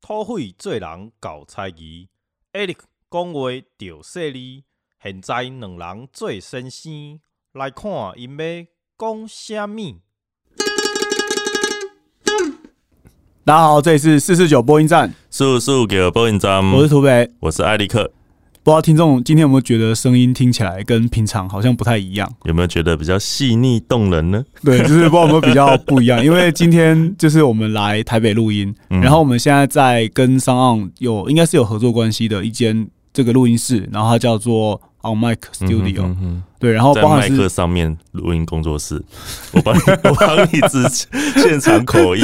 土匪做人搞猜疑，Eric 讲话着犀利。现在两人做先生，来看因要讲啥物。大家好，这里是四四九播音站，速速给我播音站，我是土北。我是艾利克。不知道听众今天有没有觉得声音听起来跟平常好像不太 一样？有没有觉得比较细腻动人呢？对，就是不知道有没有比较不一样。因为今天就是我们来台北录音，嗯然后我们现在在跟商岸有应该是有合作关系的一间这个录音室，然后它叫做 On Mic Studio，、嗯哼嗯对，然后哼在哦包含麦是克上面录音工作室， 我帮你，我帮你自己现场口 译。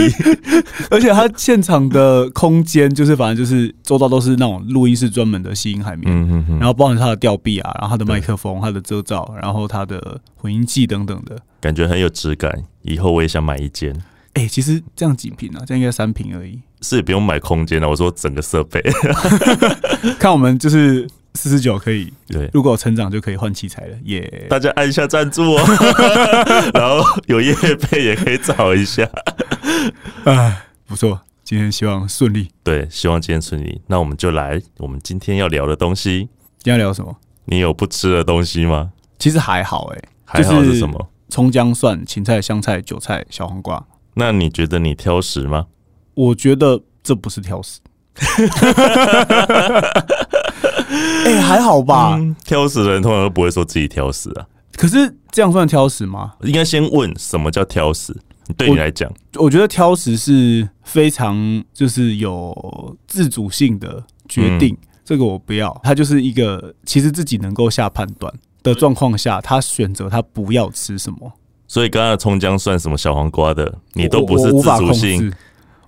而且它现场的空间就是反正就是周遭都是那种录音室专门的吸音海绵，嗯哼哼，然后包含它的吊臂啊，然后它的麦克风、它的遮罩，然后它的混音器等等的。感觉很有质感，以后我也想买一间。哎、其实这样几瓶啊，这样应该三瓶而已。是不用买空间了，啊我说整个设备。 看我们就是四十九可以，对，如果有成长就可以换器材了，耶、大家按一下赞助 哦，然后有业配也可以找一下。哎，不错，今天希望顺利。 对，希望今天顺利。那我们就来我们今天要聊的东西。今天要聊什么？你有不吃的东西吗？其实还好哎、还好就是是什么？葱姜蒜、芹菜、香菜、韭菜、小黄瓜，那你觉得你挑食吗？我觉得这不是挑食。 哎、还好吧？嗯挑食的人通常都不会说自己挑食啊，可是这样算挑食吗？应该先问什么叫挑食。对你来讲，我觉得挑食是非常就是有自主性的决定，嗯这个我不要。他就是一个其实自己能够下判断的状况下，他选择他不要吃什么，所以刚刚的葱姜蒜什么小黄瓜的，你都我不是我自无法主控性。制。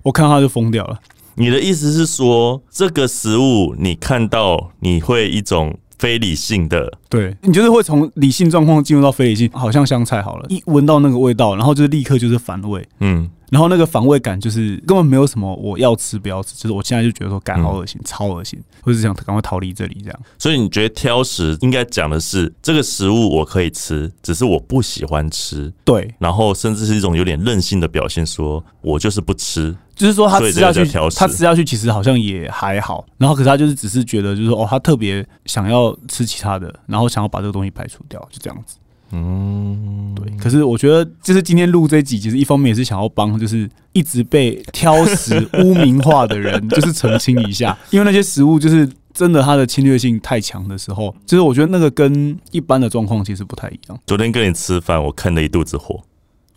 我看到他就疯掉了，你的意思是说，这个食物你看到你会一种非理性的，对你就是会从理性状况进入到非理性，好像香菜好了，一闻到那个味道，然后就是立刻就是反胃，嗯，然后那个反胃感就是根本没有什么我要吃不要吃，就是我现在就觉得说嗯干好恶心，超恶心，或是想赶快逃离这里这样。所以你觉得挑食应该讲的是这个食物我可以吃，只是我不喜欢吃，对，然后甚至是一种有点任性的表现说我就是不吃，就是说他所以吃这个下叫去挑，食他吃下去其实好像也还好，然后可是他就是只是觉得就是说哦，他特别想要吃其他的，然后想要把这个东西排除掉，就这样子。嗯，对，可是我觉得就是今天录这一集，其实一方面也是想要帮就是一直被挑食污名化的人，就是澄清一下，因为那些食物就是。真的，它的侵略性太强的时候，就是我觉得那个跟一般的状况其实不太一样。昨天跟你吃饭，我看了一肚子火。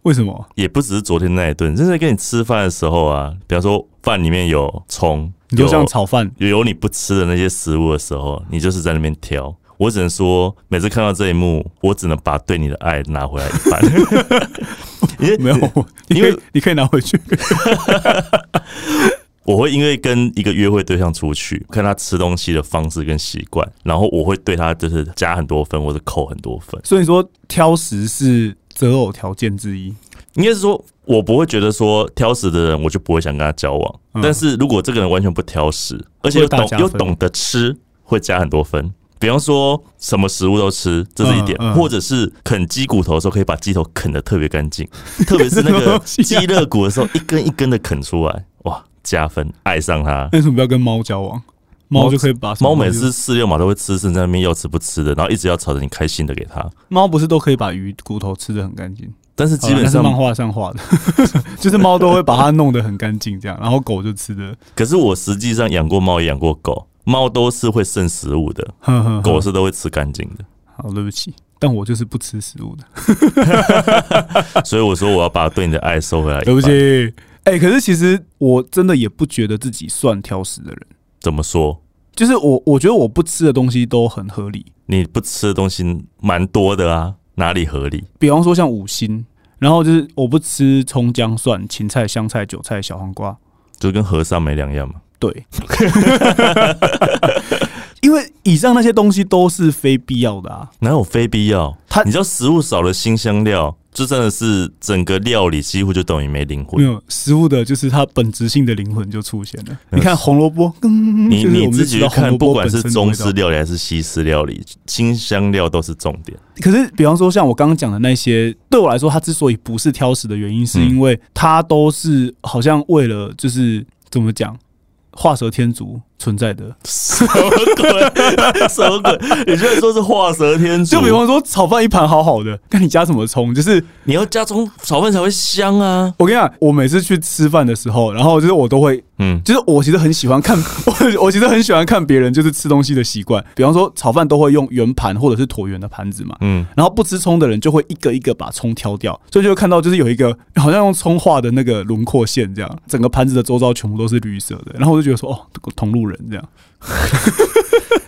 为什么？也不只是昨天那一顿，就是在跟你吃饭的时候啊，比方说饭里面有葱，你就有像炒饭，有有你不吃的那些食物的时候，你就是在那边挑。我只能说，每次看到这一幕，我只能把对你的爱拿回来一半。 因为没有， 你因可为以你可以拿回去。我会因为跟一个约会对象出去，看他吃东西的方式跟习惯，然后我会对他就是加很多分或者扣很多分。所以说，挑食是择偶条件之一。应该是说，我不会觉得说挑食的人，我就不会想跟他交往。嗯但是如果这个人完全不挑食，而且又会大懂加分又懂得吃，会加很多分。比方说，什么食物都吃，这是一点；嗯嗯或者是啃鸡骨头的时候，可以把鸡头啃得特别干净，特别是那 什么个东西啊鸡肋骨的时候，一根一根的啃出来，哇，加分！爱上它。 那为什么不要跟猫交往？猫猫就可以把什么猫每东西次四六码都会吃，剩在那边要吃不吃的，然后一直要吵着你开心的给它。猫不是都可以把鱼骨头吃的很干净？但是基好啦本哦那是上漫画上画的， 就是猫都会把它弄得很干净，这样，然后狗就吃的，可是我实际上养过猫，也养过狗，猫都是会剩食物的，哼哼哼狗是都会吃干净的。 好，对不起，但我就是不吃食物的，所以我说我要把对你的爱收回来。对不，起。哎、可是其实我真的也不觉得自己算挑食的人，怎么说？就是我我觉得我不吃的东西都很合理，你不吃的东西蛮多的啊，哪里合理？比方说像五星，然后就是我不吃葱姜蒜、芹菜、香菜、韭菜、小黄瓜，就跟和尚没两样嘛。对， 因为以上那些东西都是非必要的啊。哪有非必要？它你知道食物少了新香料，就真的是整个料理几乎就等于没灵没魂。有食物的，就是它本质性的灵魂就出现了。嗯你看红萝卜，嗯，你就是你我们自就己知去道红看，萝不卜管本是身的中味道式料理还是西式料理，新香料都是重 点。可是，比方说像我刚刚讲的那些，对我来说，它之所以不是挑食的原因，是嗯因为它都是好像为了就是怎么讲，画蛇添足存在的。什么鬼？什么鬼？你居然说是画蛇添足？就比方说炒饭一盘好好的，看你加什么葱，就是你要加葱炒饭才会香啊。我跟你讲，我每次去吃饭的时候，然后就是我都会，嗯，就是我其实很喜欢看， 我我其实很喜欢看别人就是吃东西的习惯。比方说炒饭都会用圆盘或者是椭圆的盘子嘛，嗯，然后不吃葱的人就会一个一个把葱挑掉，所以就会看到就是有一个好像用葱画的那个轮廓线这样，整个盘子的周遭全部都是绿色的。然后我就觉得说，哦，同路人这样，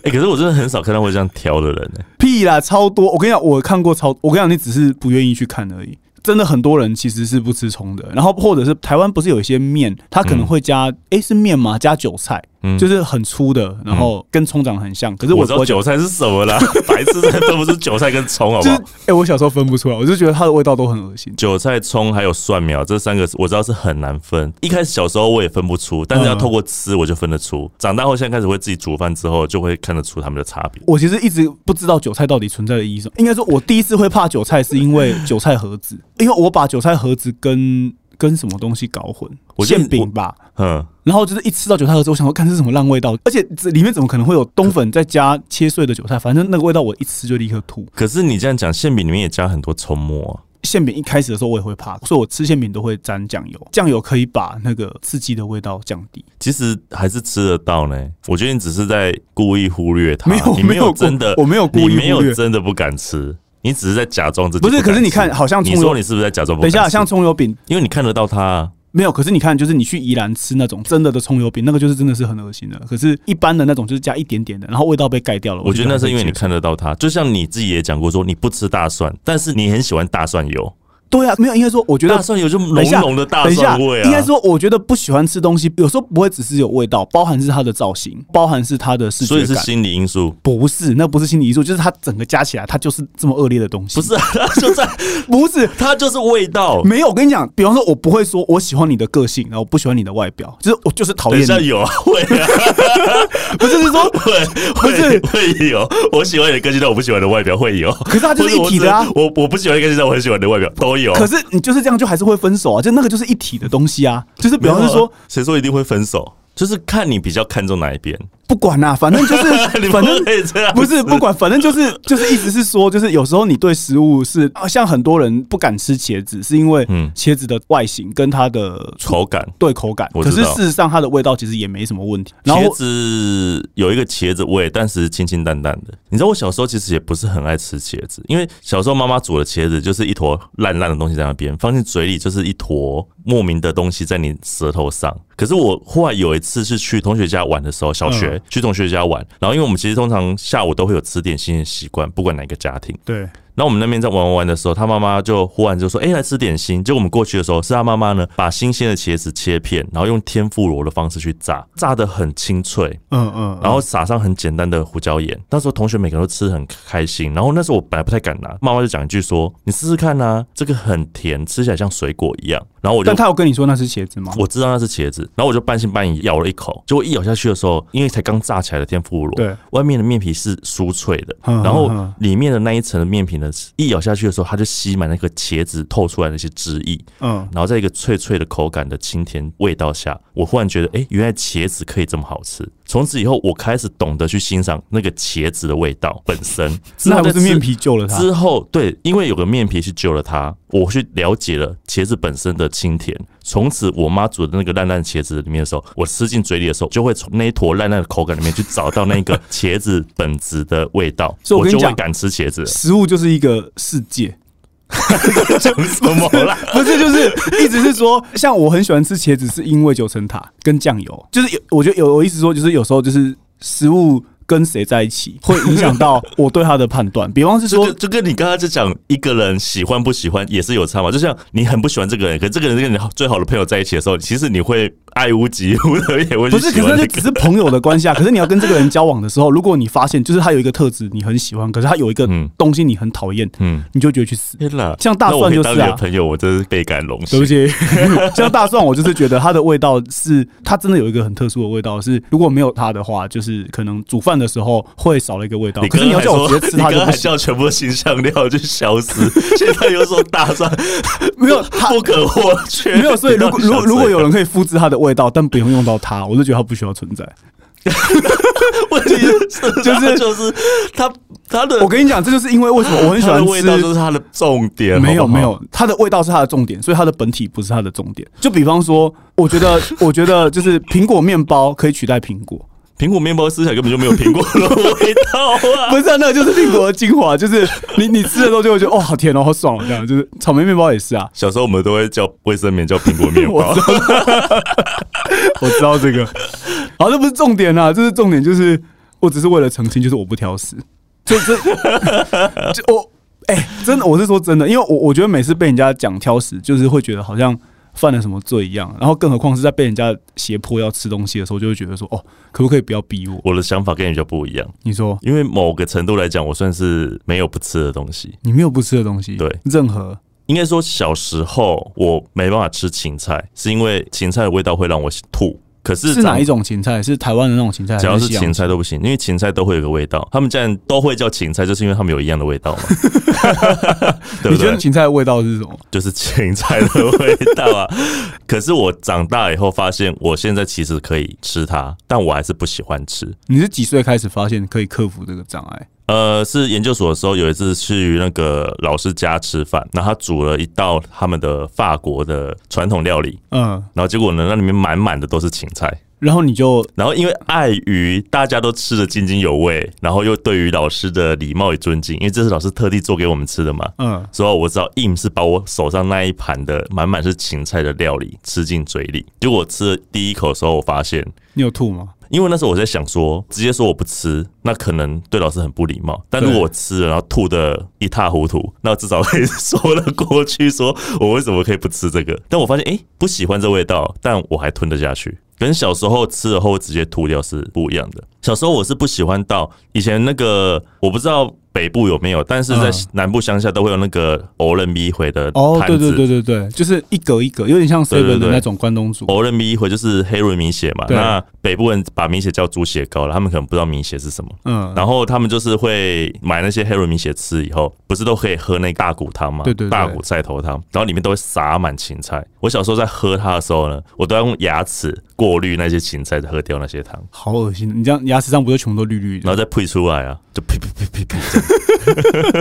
哎、可是我真的很少看到会这样挑的人、欸。屁啦，超多！我跟你讲，我看过超，我跟你讲，你只是不愿意去看而已。真的很多人其实是不吃葱的，然后或者是台湾不是有一些面，它可能会加，诶，是面吗？加韭菜，嗯，就是很粗的，然后跟葱长得很像。可是我我知道我韭菜是什么啦，白痴真的分不出韭菜跟葱，好不就是好？诶，我小时候分不出来，我就觉得它的味道都很恶心。韭菜、葱还有蒜苗这三个我知道是很难分。一开始小时候我也分不出，但是要嗯透过吃我就分得出。长大后现在开始会自己煮饭之后，就会看得出它们的差别。我其实一直不知道韭菜到底存在的意义是什么。应该说，我第一次会怕韭菜是因 为韭菜盒子，因为我把韭菜盒子跟跟什么东西搞混，我觉得馅饼吧。嗯，然后就是一吃到韭菜盒子，我想说，看这是什么烂味道，而且这里面怎么可能会有冬粉再加切碎的韭菜？反正那个味道我一吃就立刻吐。可是你这样讲，馅饼里面也加很多葱末、啊。馅饼一开始的时候我也会怕，所以我吃馅饼都会沾酱油，酱油可以把那个刺激的味道降低。其实还是吃得到呢。我觉得你只是在故意忽略它，没有，你没有故真的，我没有故你意没忽略有。真的不敢吃，你只是在假装自己不是，敢可是你吃看，，好像葱你说油你，是不是在假装不等敢一吃？下，像葱油饼因为你看得到它啊、没有，可是你看，就是你去宜兰吃那种真的的葱油饼，那个就是真的是很恶心的。可是，一般的那种就是加一点点的，然后味道被盖掉了。我觉得那是因为你还可以接看得到它。就像你自己也讲过说，你不吃大蒜，但是你很喜欢大蒜油，受，对啊，没有，应该说我觉大得。蒜油就浓等一下浓的大等一下，蒜味啊。应该，说，我觉得不喜欢吃东西，有时候不会只是有味道，包含是它的造型，包含是它的视所觉以是感。心理因素，不是，那不是心理因素，就是它整个加起来，它就是这么恶劣的东西。不，是、啊？哦它就在，不是，它就是味道。没有。我跟你讲，比方说，我不会说我喜欢你的个性，然后我不喜欢你的外表，就是我就是讨等厌一下你。有啊，会啊，不是，是说会不会是会有。我喜欢你的个性，但我不喜欢你的外表，会有。可是它就是一体的啊或者我是我我不喜欢一个现在我很喜欢的外表都有。可是你就是这样，就还是会分手啊，就那个就是一体的东西啊，就是比没有啊，方是说，谁说一定会分手？就是看你比较看重哪一边。不管啦、反正就是 你，不反正可以这样不是不管，反正就是 就是意思是说，就是有时候你对食物是啊像很多人不敢吃茄子，是因为嗯茄子的外形跟它的口感。对口感，我可知是道事实上它的味道其实也没什么问题。然茄后子有一个茄子味，但是清清淡淡的。你知道我小时候其实也不是很爱吃茄子，因为小时候妈妈煮的茄子就是一坨烂烂的东西在那边，放进嘴里就是一坨莫名的东西在你舌头上。可是我后来有一次是去同学家玩的时候，小学、嗯去同学家玩，然后因为我们其实通常下午都会有吃点心的习惯，不管哪个家庭。对，然后我们那边在玩玩玩的时候，他妈妈就忽然就说：“哎、来吃点心。”结果我们过去的时候，是他妈妈呢把新鲜的茄子切片，然后用天妇罗的方式去炸，炸得很清脆，嗯嗯，然后撒上很简单的胡椒盐。那时候同学每个人都吃得很开心。然后那时候我本来不太敢拿，妈妈就讲一句说：“你试试看啊，这个很甜，吃起来像水果一样。”然后我就但他有跟你说那是茄子吗？我知道那是茄子，然后我就半信半疑咬了一口，结果一咬下去的时候，因为才刚炸起来的天妇罗，对，外面的面皮是酥脆的，嗯然后嗯嗯里面的那一层的面皮呢，一咬下去的时候，它就吸满那个茄子透出来的一些汁液，嗯，然后在一个脆脆的口感的清甜味道下，我忽然觉得，哎、原来茄子可以这么好吃。从此以后，我开始懂得去欣赏那个茄子的味道本身。 那还不之后在吃是面皮救了他？之后，对，因为有个面皮去救了它，我去了解了茄子本身的清甜。从此，我妈煮的那个烂烂茄子里面的时候，我吃进嘴里的时候，就会从那一坨烂烂的口感里面去找到那个茄子本质的味道，所以我我跟你就会讲敢吃茄子了。食物就是一个世界，讲什么 啦？不是，就是一直是说，像我很喜欢吃茄子，是因为九层塔跟酱油，就是有我觉得有我意思说，就是有时候就是食物跟谁在一起，会影响到我对它的判断。比方是就 说跟，就跟你刚刚就讲一个人喜欢不喜欢也是有差嘛，就像你很不喜欢这个人，可这个人跟你最好的朋友在一起的时候，其实你会爱屋及乌的也会去不是，可喜是欢那这个。只是朋友的关系啊。可是你要跟这个人交往的时候，如果你发现就是他有一个特质你很喜欢，可是他有一个嗯东西你很讨厌，嗯，你就觉得去死。天啦，像大那我蒜可以就当是你的啊朋友，我真是倍感荣对幸不。起， 像大蒜，我就是觉得它的味道是，它真的有一个很特殊的味道，是如果没有它的话，就是可能煮饭的时候会少了一个味道。哦可刚是刚你要还叫我说，直接吃你它刚就刚不还行，叫全部新香料就消失，现在又说大 蒜没有它不可或缺。没有。所以 如果不要如想果如果这有样人可以复制它的味道，但不用用到它，我就觉得它不需要存在。问题是， 就就是是就是他他的我跟你讲，这就是因为为什么我很喜他的欢 味道吃就是他的重点，没有好不好没，有，它的味道是它的重点，所以它的本体不是它的重点。就比方说，我觉得 我觉得就是苹果面包可以取代苹果，苹果面包吃起来根本就没有苹果的味道啊！ 不是、啊、那个就是苹果的精华，就是你你吃的时候就会觉得哦好甜哦好爽哦这样，就是草莓面包也是啊，小时候我们都会叫卫生棉叫苹 果面包我，我知道这个。好，这不是重点啊，这是重点，就是我只是为了澄清，就是我不挑食。这 这就我哎、真的，我是说真的，因为我我觉得每次被人家讲挑食，就是会觉得好像犯了什么罪一样，然后更何况是在被人家胁迫要吃东西的时候，就会觉得说哦，可不可以不要逼我？我的想法跟你比较不一样，你说因为某个程度来讲，我算是没有不吃的东西。你没有不吃的东西，对，任何应该说，小时候我没办法吃芹菜，是因为芹菜的味道会让我吐。可是是哪长一种芹菜？是台湾的那种芹菜，只要还是西洋芹菜都不行，因为芹菜都会有个味道。他们既然都会叫芹菜，就是因为他们有一样的味 道嘛，对不你觉得对？芹菜的味道是什么？就是芹菜的味道啊。 可是我长大以后发现，我现在其实可以吃它，但我还是不喜欢吃。你是几岁开始发现可以克服这个障碍？呃，是研究所的时候有一次去那个老师家吃饭，然后他煮了一道他们的法国的传统料理，嗯，然后结果呢，那里面满满的都是芹菜。然后你就然后因为碍于大家都吃的津津有味，然后又对于老师的礼貌与尊敬，因为这是老师特地做给我们吃的嘛，嗯，所以我知道硬是把我手上那一盘的满满是芹菜的料理吃进嘴里。结果我吃了第一口的时候，我发现。你有吐吗？因为那时候我在想说，直接说我不吃，那可能对老师很不礼貌。但如果我吃了，然后吐的一塌糊涂，那至少可以说得过去，说我为什么可以不吃这个？ 但我发现，诶，不喜欢这味道，但我还吞得下去，跟小时候吃了后直接吐掉是不一样的。小时候我是不喜欢到以前那个，我不知道北部有没有，但是在嗯南部乡下都会有那个欧人米回的哦，摊对对子。对对对，就是一格一格，有点像对 seven 对的对那种关东煮。欧人米回就是黑人米血嘛，对那北部人把米血叫猪血糕了，他们可能不知道米血是什么。嗯，然后他们就是会买那些黑人米血吃以后，不是都可以喝那大骨汤吗？对对对大骨菜头汤，然后里面都会撒满芹菜。我小时候在喝它的时候呢，我都要用牙齿过滤那些芹菜，再喝掉那些汤，好恶心！你这样牙齿上不就全部都绿绿然的？后再配出来啊，就呸呸呸呸呸。这样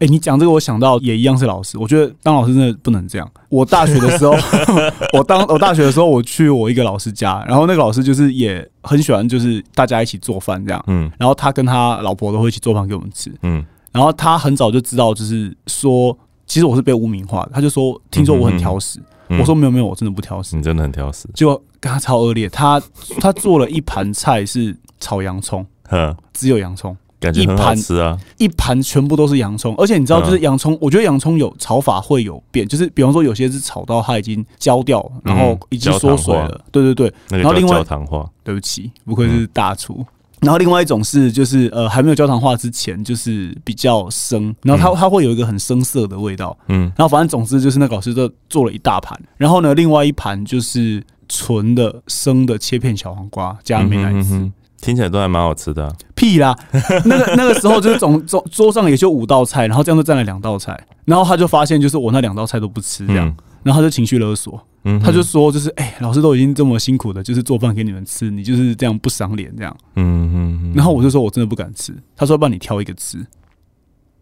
哎、你讲这个，我想到也一样是老师。我觉得当老师真的不能这样。我大学的 时候， 我当我大学的时候，我去我一个老师家，然后那个老师就是也很喜欢，就是大家一起做饭这样。嗯然后他跟他老婆都会一起做饭给我们吃。嗯，然后他很早就知道，就是说，其实我是被污名化的。他就说，听说我很挑食。嗯我说没有没有，我真的不挑食。你真的很挑食，结果跟他超恶劣，他他做了一盘菜是炒洋葱，哼，只有洋葱，感觉很好吃啊，一盘全部都是洋葱，而且你知道，就是洋葱，我觉得洋葱有炒法会有变，就是比方说有些是炒到它已经焦掉，然后已经缩水焦了，对对对，那个然后叫另外焦糖化，对不起，不愧是大厨。然后另外一种是，就是呃还没有焦糖化之前，就是比较生，然后它、它会有一个很生涩的味道，嗯然后反正总之就是那个老师就做了一大盘，然后呢，另外一盘就是纯的生的切片小黄瓜加美乃嗯滋，哼嗯哼听起来都还蛮好吃的啊、屁啦！那个那个时候就是总总桌上也就五道菜，然后这样就占了两道菜，然后他就发现就是我那两道菜都不吃这样，嗯然后他就情绪勒索，嗯哼他就说就是哎、老师都已经这么辛苦的，就是做饭给你们吃，你就是这样不赏脸这样。嗯嗯，嗯然后我就说我真的不敢吃，他说帮你挑一个吃，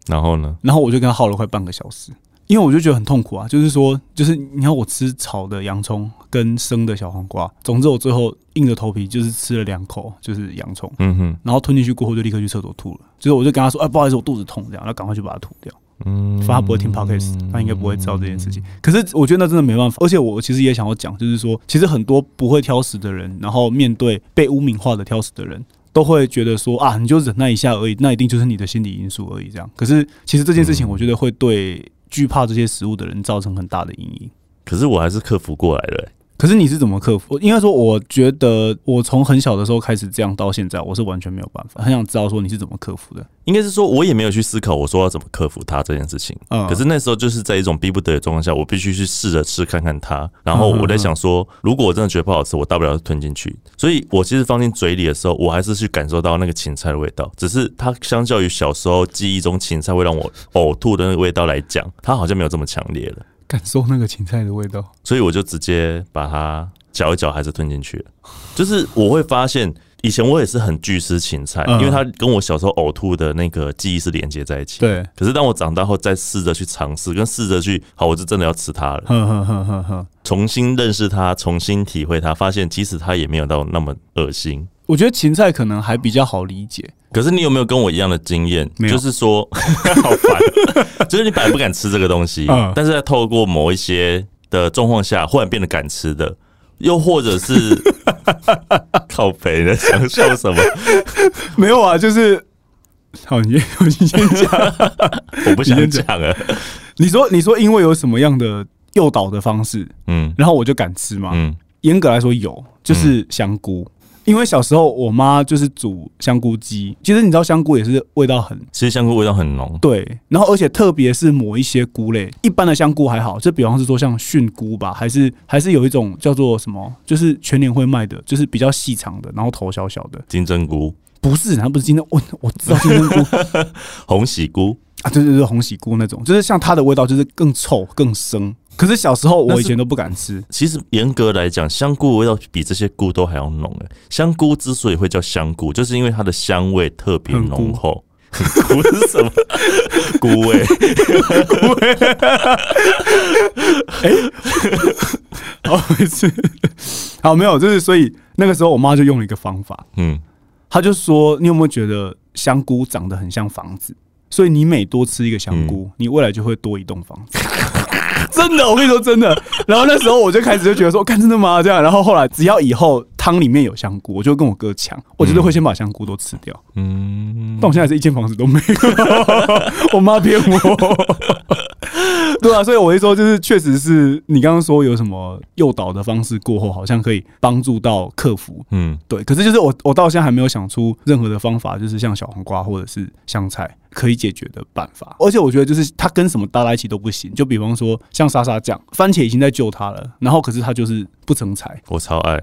然后呢？然后我就跟他耗了快半个小时，因为我就觉得很痛苦啊，就是说，就是你要我吃炒的洋葱跟生的小黄瓜，总之我最后硬着头皮就是吃了两口，就是洋葱，嗯哼然后吞进去过后就立刻去厕所吐了，就是我就跟他说，哎，不好意思，我肚子痛，这样，然后赶快去把它吐掉。嗯，反正他不会听 podcast，他应该不会知道这件事情。可是我觉得那真的没办法，而且我其实也想要讲，就是说，其实很多不会挑食的人，然后面对被污名化的挑食的人，都会觉得说啊，你就忍耐一下而已，那一定就是你的心理因素而已。这样，可是其实这件事情，我觉得会对惧怕这些食物的人造成很大的阴影。可是我还是克服过来了欸、可是你是怎么克服？我应该说，我觉得我从很小的时候开始这样到现在，我是完全没有办法。很想知道说你是怎么克服的。应该是说，我也没有去思考我说要怎么克服它这件事情。嗯，可是那时候就是在一种逼不得已的状况下，我必须去试着吃看看它。然后我在想说，如果我真的觉得不好吃，我大不了吞进去。所以我其实放进嘴里的时候，我还是去感受到那个芹菜的味道。只是它相较于小时候记忆中芹菜会让我呕吐的那个味道来讲，它好像没有这么强烈了。感受那个芹菜的味道。所以我就直接把它嚼一嚼，还是吞进去了。就是我会发现，以前我也是很拒吃芹菜，嗯因为它跟我小时候呕吐的那个记忆是连接在一起。对，可是当我长大后，再试着去尝试，跟试着去，好，我就真的要吃它了，哼哼哼哼哼。重新认识它，重新体会它，发现其实它也没有到那么恶心。我觉得芹菜可能还比较好理解。可是你有没有跟我一样的经验？没有就是说， 好烦， 就是你本来不敢吃这个东西，嗯但是在透过某一些的状况下，忽然变得敢吃的，又或者 是靠北的想笑什 么？ 没有啊，就是好，你 你先讲。我不想你先讲了。你说你说因为有什么样的诱导的方式，嗯然后我就敢吃吗？嗯严格来说有，就是香菇。因为小时候我妈就是煮香菇鸡，其实你知道香菇也是味道很其实香菇味道很浓，对，然后而且特别是某一些菇类，一般的香菇还好，就比方是说像菌菇吧，还是还是有一种叫做什么，就是全年会卖的，就是比较细长的，然后头小小的，金针菇、不是，它不是金针， 我我知道金针菇红喜菇，啊，对对对，红喜菇那种，就是像它的味道就是更臭更生。可是小时候我以前都不敢吃， 其实严格来讲，香菇的味道比这些菇都还要浓诶。香菇之所以会叫香菇，就是因为它的香味特别浓 厚。菇是什么？菇味。好哦没事，好没有，就是所以那个时候我妈就用了一个方法， 嗯，他就说：“你有没有觉得香菇长得很像房子？所以你每多吃一个香菇，你未来就会多一栋房子。” 真的，我跟你说真的。然后那时候我就开始就觉得说，看真的吗？这样。然后后来只要以后汤里面有香菇，我就跟我哥抢，我绝对会先把香菇都吃掉。嗯，但我现在是一间房子都没有，我妈骗我。 对啊，所以我一说就是，确实是你刚刚说有什么诱导的方式，过后好像可以帮助到克服嗯，对，可是就是我我到现在还没有想出任何的方法，就是像小黄瓜或者是香菜可以解决的办法。而且我觉得就是它跟什么搭在一起都不行。就比方说像沙沙酱，番茄已经在救它了，然后可是它就是不成才，我超爱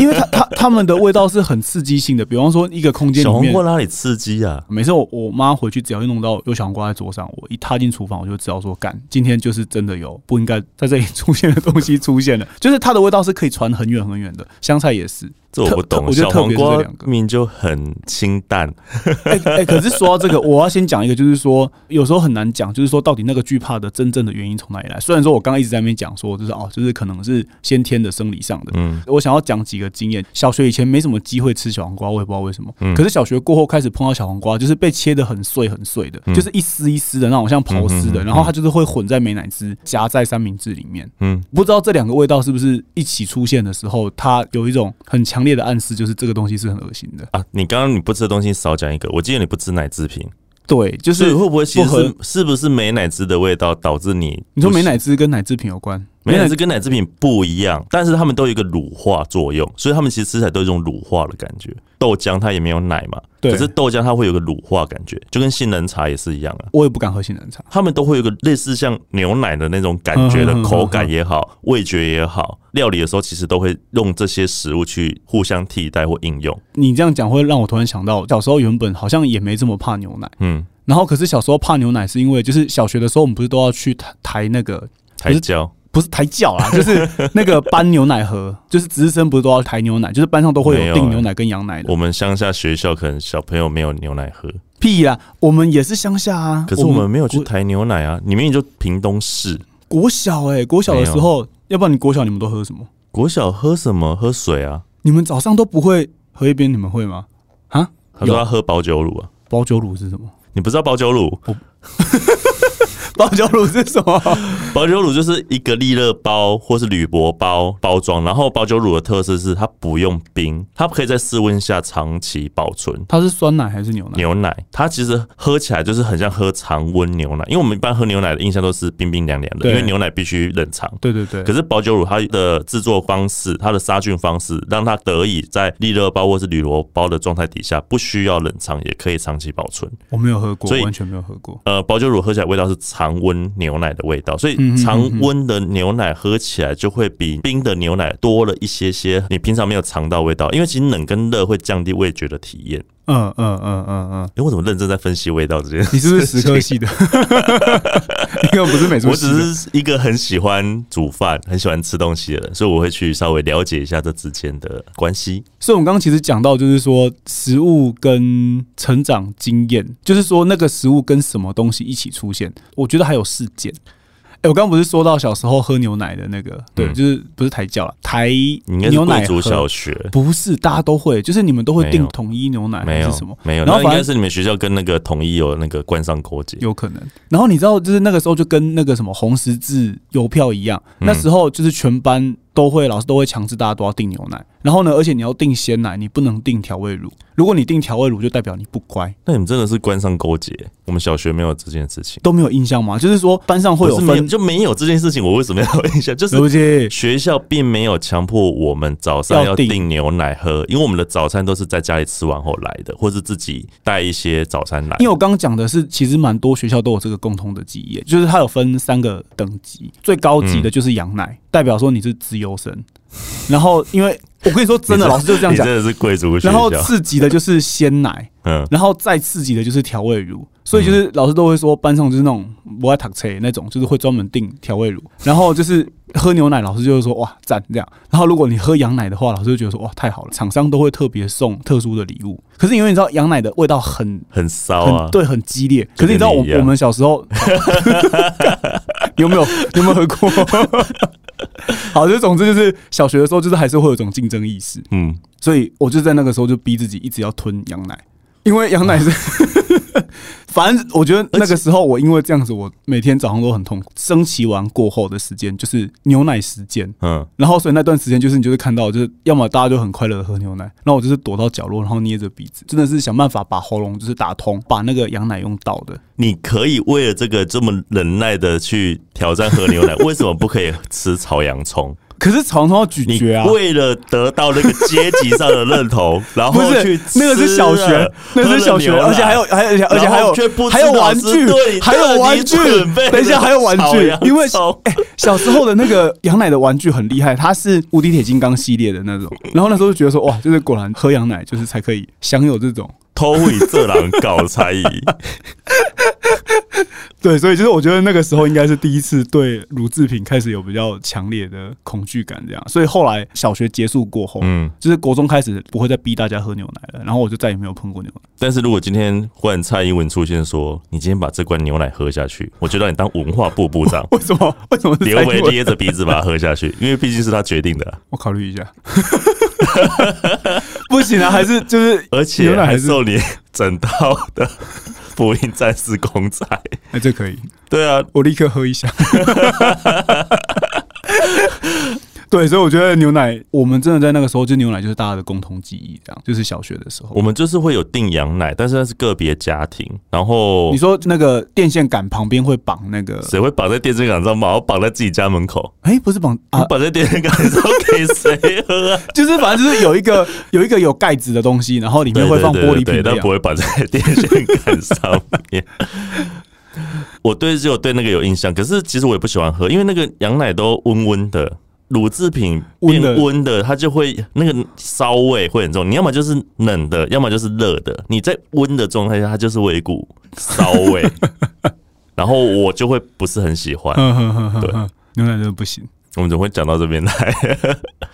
因为它它它们的味道是很刺激性的。比方说一个空间小里黄面瓜，哪里刺激啊？每次我我妈回去只要一弄到有小黄瓜在桌上，我一踏进厨房我就知道说，干，今天就是真的有不应该在这里出现的东西出现了，就是它的味道是可以传很远很远的。香菜也是，这我不特懂。啊我觉小得特黄别是这瓜两个。明明就很清淡， 哎、哎、可是说到这个，我要先讲一个，就是说有时候很难讲，就是说到底那个惧怕的真正的原因从哪里来。虽然说我刚刚一直在那边讲说，就是哦，就是可能是先天的生理上的。嗯我想要讲几个经验。小学以前没什么机会吃小黄瓜，我也不知道为什么。嗯可是小学过后开始碰到小黄瓜，就是被切的很碎很碎的，嗯就是一丝一丝的那种像刨丝嗯的，嗯嗯然后它就是会混在美乃滋夹在三明治里面。嗯，不知道这两个味道是不是一起出现的时候，它有一种很强烈的暗示，就是这个东西是很恶心的。啊，你刚刚你不吃的东西少讲一个，我记得你不吃奶制品，对，就所以是会不会其实不合是是不是美奶汁的味道导致你？你说美奶滋跟奶制品有关？美乃滋跟奶制品不一样，但是它们都有一个乳化作用，所以它们其实吃起来都有一种乳化的感觉。豆浆它也没有奶嘛，对可是豆浆它会有个乳化感觉，就跟杏仁茶也是一样啊。我也不敢喝杏仁茶。它们都会有一个类似像牛奶的那种感觉的嗯嗯嗯口感也好，味觉也好，料理的时候其实都会用这些食物去互相替代或应用。你这样讲会让我突然想到，小时候原本好像也没这么怕牛奶，嗯，然后可是小时候怕牛奶是因为就是小学的时候我们不是都要去抬抬那个台椒，不是抬轿 啦，就是那个搬牛奶盒，就是值日生不是都要抬牛奶，就是班上都会没有有订欸牛奶跟羊奶的。我们乡下学校可能小朋友没有牛奶喝，屁啦，我们也是乡下啊，可是我们没有去国抬牛奶啊，你明明就屏东市。国小哎、国小的时候，要不然你国小你们都喝什么？国小喝什么？喝水啊。你们早上都不会喝一边，你们会吗？啊？他说有他喝保酒乳啊， 包酒乳是什么？你不知道保酒乳？包饺乳是什么？ 保酒乳就是一个利乐包或是铝箔包包装，然后保酒乳的特色是它不用冰，它可以在室温下长期保存。它是酸奶还是牛奶？牛奶，它其实喝起来就是很像喝常温牛奶，因为我们一般喝牛奶的印象都是冰冰凉凉的，对因为牛奶必须冷藏。对对对，可是保酒乳它的制作方式、它的杀菌方式，让它得以在利乐包或是铝箔包的状态底下，不需要冷藏也可以长期保存。我没有喝过所，以完全没有喝过。呃，保酒乳喝起来味道是常温牛奶的味道，所嗯嗯以嗯常温的牛奶喝起来就会比冰的牛奶多了一些些，你平常没有尝到味道，因为其实冷跟热会降低味觉的体验。嗯嗯嗯嗯嗯，哎、我怎么认真在分析味道这件事？ 你是不是食科系的？你根本不是美 术我系的。只是一个很喜欢煮饭、很喜欢吃东西的人，所以我会去稍微了解一下这之间的关系。所以，我们刚刚其实讲到，就是说食物跟成长经验，就是说那个食物跟什么东西一起出现。我觉得还有事件。哎、我刚刚不是说到小时候喝牛奶的那个，对，嗯就是不是台教了，台你应该是牛奶贵族盒小学，不是大家都会，就是你们都会没订有统一牛奶没还有哎是什么？没有，然后那应反该正是你们学校跟那个统一有那个官商勾结。有可能。然后你知道，就是那个时候就跟那个什么红十字邮票一样，嗯那时候就是全班都会，老师都会强制大家都要订牛奶。然后呢，而且你要订鲜奶，你不能订调味乳。如果你订调味乳，就代表你不乖，那你们真的是官商勾结？我们小学没有这件事情。都没有印象吗？就是说班上会不有是没有分，就没有这件事情，我为什么要有印象？就是 对不起，学校并没有强迫我们早上要要订订牛奶喝，因为我们的早餐都是在家里吃完后来的，或是自己带一些早餐来因。为我刚刚讲的是，其实蛮多学校都有这个共通的记忆，就是它有分三个等级，最高级的就是羊嗯奶，代表说你是资优生。然后，因为我跟你说真的，你老师就是这样你讲真。的是贵族学然后校，次级的就是鲜奶，嗯，然后再次级的就是调味乳，所以就是老师都会说班上就是那种不爱塔车那种，就是会专门订调味乳。然后就是喝牛奶，老师就会说哇赞这样。然后如果你喝羊奶的话，老师就觉得说哇太好了，厂商都会特别送特殊的礼物。可是因为你知道羊奶的味道很很骚啊很。对，很激烈。可是你知道跟我你一样我们小时候 有没有有没有喝过？ 好，就总之就是小学的时候，就是还是会有一种竞争意识，嗯，所以我就在那个时候就逼自己一直要吞羊奶，因为羊奶是。 反正我觉得那个时候，我因为这样子，我每天早上都很痛苦。升旗完过后的时间就是牛奶时间，嗯，然后所以那段时间就是你就会看到，就是要么大家就很快乐的喝牛奶，然后我就是躲到角落，然后捏着鼻子，真的是想办法把喉咙就是打通，把那个羊奶用到的。你可以为了这个这么忍耐的去挑战喝 牛奶，为什么不可以吃炒洋葱？可是常常要咀你嚼啊，为了得到那个阶级上的认 同，然不后去是吃那个是小学了，那个是小学，喝了牛奶而且还有还有而且还然有后却不知还有道玩是具对， 还有玩具特地准备，的等一下还有玩炒具洋，因为葱哎 小时候的那个羊奶的玩具很厉害，它是无敌铁金刚系列的那种，然后那时候就觉得说哇，就是果然喝羊奶就是才可以享有这种。 偷会这狼搞才艺， 对，所以就是我觉得那个时候应该是第一次对乳制品开始有比较强烈的恐惧感，这样。所以后来小学结束过后，嗯。就是国中开始不会再逼大家喝牛奶了，然后我就再也没有碰过牛奶。。但是如果今天忽然蔡英文出现说，你今天把这罐牛奶喝下去，我就让你当文化部部长为什么？为什么是刘 蔡维英文？捏着鼻子把它喝下 去，因为毕竟是他决定的啊、我考虑一下。 不行啊，还是就是，而牛且奶还还是送你整套的 福音战士公仔。哎、这可以，对啊，我立刻喝一下。 对，所以我觉得牛奶，我们真的在那个时候，就牛奶就是大家的共同记忆，这样就是小学的时候我。们就是会有订羊奶，但是那是个别家庭，然后你说那个电线杆旁边会绑那个谁会绑在电线杆上把我绑在自己家门口？哎、不是绑啊你，绑在电线杆上给谁喝啊？就是反正就是有一个有一个有盖子的东西，然后里面会放玻璃对对对对瓶的但样不会绑在电线杆上面。 我对只有对那个有印象，可是其实我也不喜欢喝，因为那个羊奶都温温的，乳制品温变的温的，它就会那个骚味会很重。你要么就是冷的，要么就是热的。你在温的状态下，它就是会有一股骚 味，然后我就会不是很喜欢。嗯哼哼哼哼对哼牛奶真的不行。我们怎么会讲到这边来？